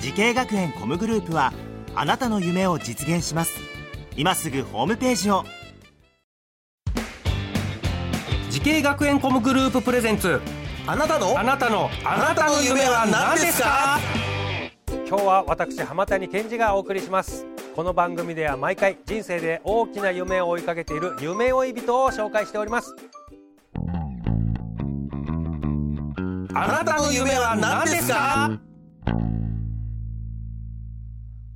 時系学園コムグループはあなたの夢を実現します今すぐホームページを時系学園コムグループプレゼンツあなたのあなたのあなたの夢は何ですか今日は私浜谷健二がお送りしますこの番組では毎回人生で大きな夢を追いかけている夢追い人を紹介しておりますあなたの夢は何ですか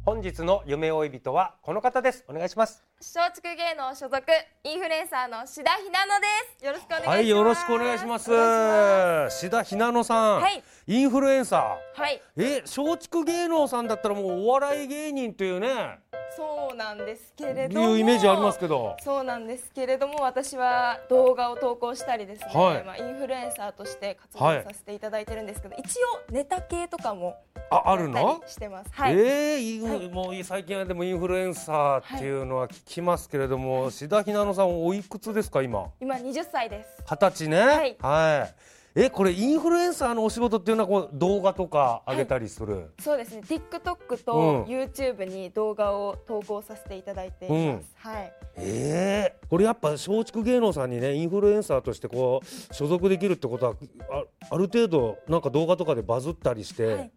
本日の夢追い人はこの方ですお願いします松竹芸能所属インフルエンサーの志田ひなのですよろしくお願いしますはいよろしくお願いしますお願いし志田ひなのさん、はいインフルエンサますはいーえ松竹芸能さんだったらもうお笑い芸人というねそうなんですけれどもいうイメージありますけどそうなんですけれども私は動画を投稿したりですね、はいまあ、インフルエンサーとして活はい動させていただいてるんですけど、一応ネタ系とかもああやるったりのしてますはい、ええインフルはいもう最近はでもインフルエンサーっていうのは聞きますけれども、志田ひなのさんおいくつですか今今20歳です二十歳ねはいいえこれインフルエンサーのお仕事っていうのはこう動画とか上げたりする、そうですね TikTok うんと YouTube に動画を投稿させていただいています、はいええこれやっぱ松竹芸能さんにねインフルエンサーとしてこう所属できるってことはあある程度なんか動画とかでバズったりして、はい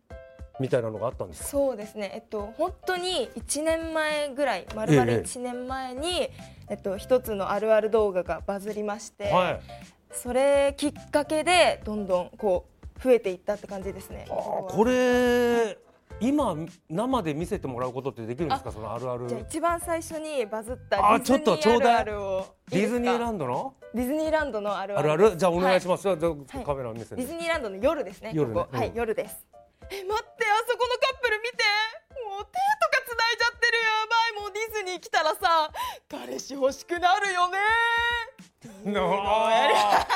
みたいなのがあったんですかそうですね、えっと、本当に1年前ぐらい、まえるまえる1年前に、えっと、一つのあるある動画がバズりまして、はいそれきっかけで、どんどんこう増えていったって感じですね。あーこれ今生で見せてもらうことってできるんですかそのあるあるじゃあ一番最初にバズっあたディズニちょっとちょうーだいあるあるをいいデでィすズかニーランドのディズニーランドのあるああるるあるじゃあお願いしはます、じゃあはいカメラを見せいて、ディズニーランドの夜ですね夜ねここはういん夜ですえ待ってあそこのカップル見てもう手とかつないじゃってるやばいもうディズニー来たらさ彼氏欲しくなるよね あ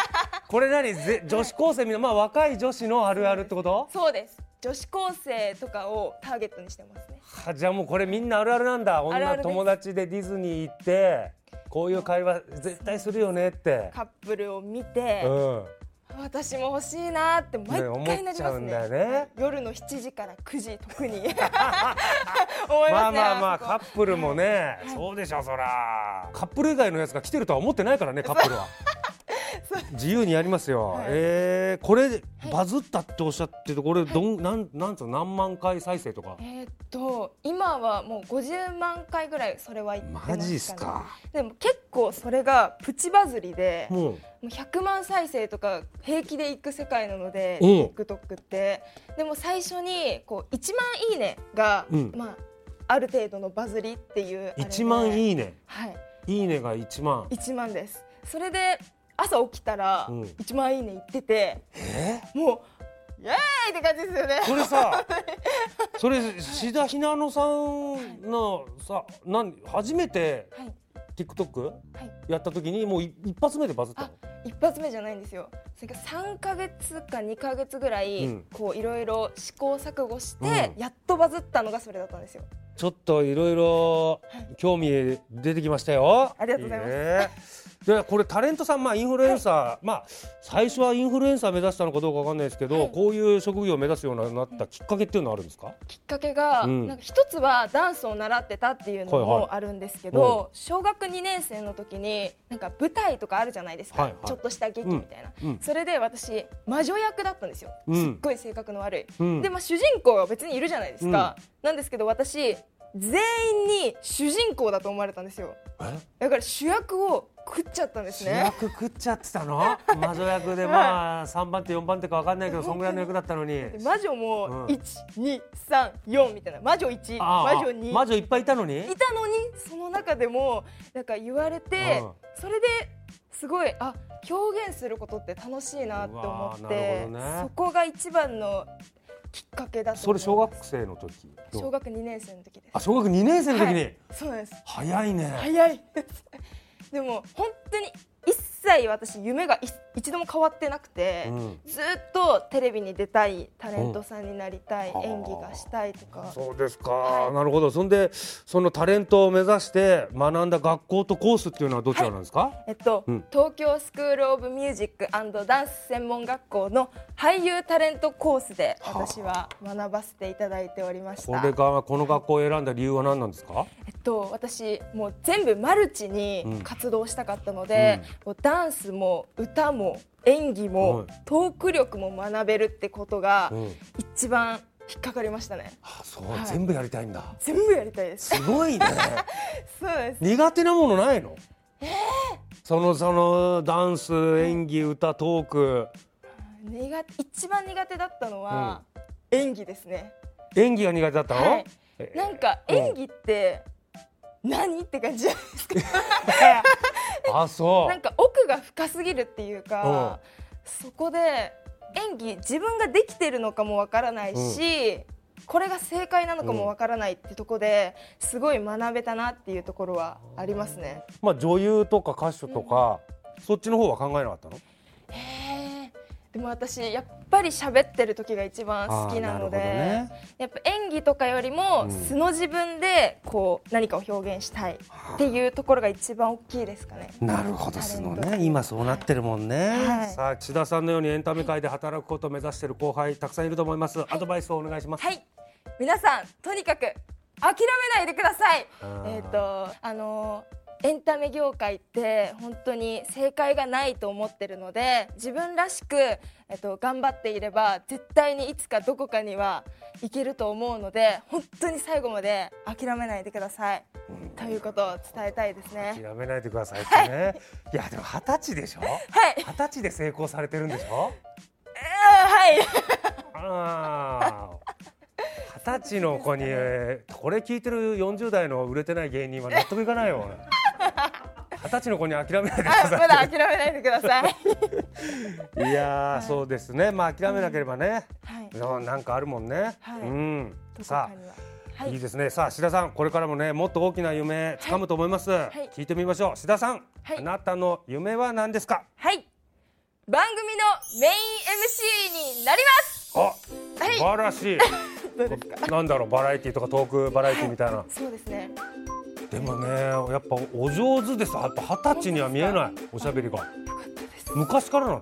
ーこれ何ぜ女子高生みんなまあ若い女子のあるあるってことそうです女子高生とかをターゲットにしてますねはじゃあもうこれみんなあるあるなんだ女あるあるです友達でディズニー行ってこういう会話絶対するよねってカップルを見てう、ん私も欲しいなって毎ね回な思っりますねちゃうんだよね夜の7時から9時特 に思いますねまあまあまあそカこップルもね、そうでしょそらカップル以外のやつが来てるとは思ってないからねカップ ルは自由にやりますよ、いえーこれ、バズったっておっしゃっててこれどん、なんなんつうの何万回再生とかえーっと今はもう50万回ぐらいそれは言ってますか、ね、マジっすかでも結構それがプチバズりでももうう100万再生とか平気でいく世界なのでうん TikTok ってでも最初にこう1万いいねが、うんまあ、ある程度のバズりっていう1万い、いいねはいいいねが1万1万ですそれで朝起きたらうん1万いいねいってて、もうイエーイって感じですよねそれ さそれ志田ひなのさんのさなん初めてはい TikTok はいやった時にもうい一発目でバズったの一発目じゃないんですよそれが3か月か2か月ぐらい、うんこういろいろ試行錯誤して、うんやっとバズったのがそれだったんですよちょっといろいろ興味出てきましたよ。ありがとうございますす。でこれタレントさん、まあ、インフルエンサー、まあ、最初はインフルエンサー目指したのかどうかわかんないですけど、はいこういう職業を目指すようになったきっかけっていうのはあるんですか、きっかけが、うんなんか一つはダンスを習ってたっていうのはいはいもあるんですけど、う小学2年生の時になんか舞台とかあるじゃないですか、はいはいちょっとした劇みたいな、うんうんそれで私魔女役だったんですよ、うんすっごい性格の悪い、うんで、まあ、主人公は別にいるじゃないですか、なんですけど私全員に主人公だと思われたんですよえだから主役を食っちゃったんです主ね役食っちゃってたの 魔女役でまあ3番手4番手かわかんないけどそんぐらいの役だったのにで魔女もうん1234みたいな魔女1ああ魔女2魔女いっぱいいたのにいたのにその中でもなんか言われて、うんそれですごいあ表現することって楽しいなって思っうわて、ーなるほどねそこが一番のきっかけだと思いますそれ小学生の時小学2年生の時ですあ小学2年生の時に、はいそうです早いね早いです でも本当に一切私夢がい一度も変わってなくて、うんずっとテレビに出たいタレントさんになりたい、うん演技がしたいとかそうですか、はいなるほどそんでそのタレントを目指して学んだ学校とコースっていうのはどちらなんですか、えっと、うん東京スクール・オブ・ミュージックダンス専門学校の俳優タレントコースで私は学ばせていただいておりましこた。れがこの学校を選んだ理由は何なんですかえっと、私もう全部マルチに活動したかったので、もうダンスも歌も演技も、はいトーク力も学べるってことがうん一番引っかかりましたねあそう、はい全部やりたいんだ全部やりたいですすご いねそうです苦手なものないの、そのそのダンス演技歌トーク苦手一番苦手だったのは、演技ですね演技が苦手だったの、はいえなんかうん演技って何って感じじゃないですかあそなんか奥が深すぎるっていうか、そこで演技自分ができてるのかもわからないし、これが正解なのかもわからないってとこですごい学べたなっていうところはありますね。うまあ女優とか歌手とか、そっちの方は考えなかったのへーでも私やっぱり喋ってる時が一番好きなのであーなるほどねやっぱ演技とかよりうもん素の自分でこう何かを表現したいっていうところが一番大きいですかね。なるほどタレそントのね今そうなってるもんね、はいさあ岸田さんのようにエンタメ界で働くことを目指している後輩たくさんいると思います、アドバイスをお願いします、はい、皆さんとにかく諦めないでください。あーえっ、とあのエンタメ業界って本当に正解がないと思ってるので自分らしく、えっと、頑張っていれば絶対にいつかどこかには行けると思うので本当に最後まで諦めないでください、ということを伝えたいですね。諦めないでくださいってね、い、やでも二十歳でしょはい、二十歳で成功されてるんでし ょあ ーはい、あー二十歳の子に、えーこれ聞いてる40代の売れてない芸人は納得いかないよ二十歳の子に諦めないでください まだ諦めないでください。いやー、そうですね。まあ諦めなければね。はい、ななんかあるもんね。はいうん。どこさかあ。、には。はいいい、ですね。さあ、志田さん、これからもね、もっと大きな夢掴むと思います。い聞いてみましょう。志田さん、はいあなたの夢は何ですか。はい、番組のメイン MC になります。あ、素晴ら しい。なんだろう、バラエティとかトークバラエティみたいな。そうですね。でもね、やっぱお上手です。やっぱ二十歳には見えない、おしゃべりが。昔からなの。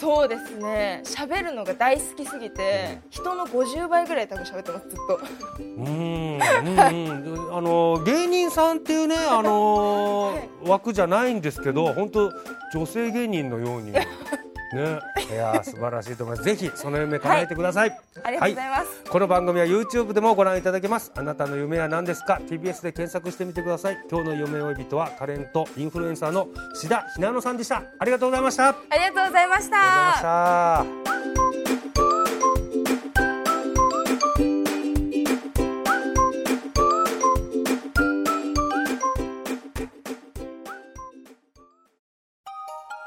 そうですね喋るのが大好きすぎて人の50倍ぐらい多分喋ってますずっとうーん、うんうん、あの芸人さんっていうね、あの枠じゃないんですけど、本当女性芸人のように。ね、いやー素晴らしいと思います。ぜひその夢叶えてください。ありがとうございます、はいこの番組は YouTube でもご覧いただけます。あなたの夢は何ですか？TBS で検索してみてください。今日の夢追い人はタレントインフルエンサーの志田ひなのさんでした。ありがとうございました。ありありがとうございましたがとうございました。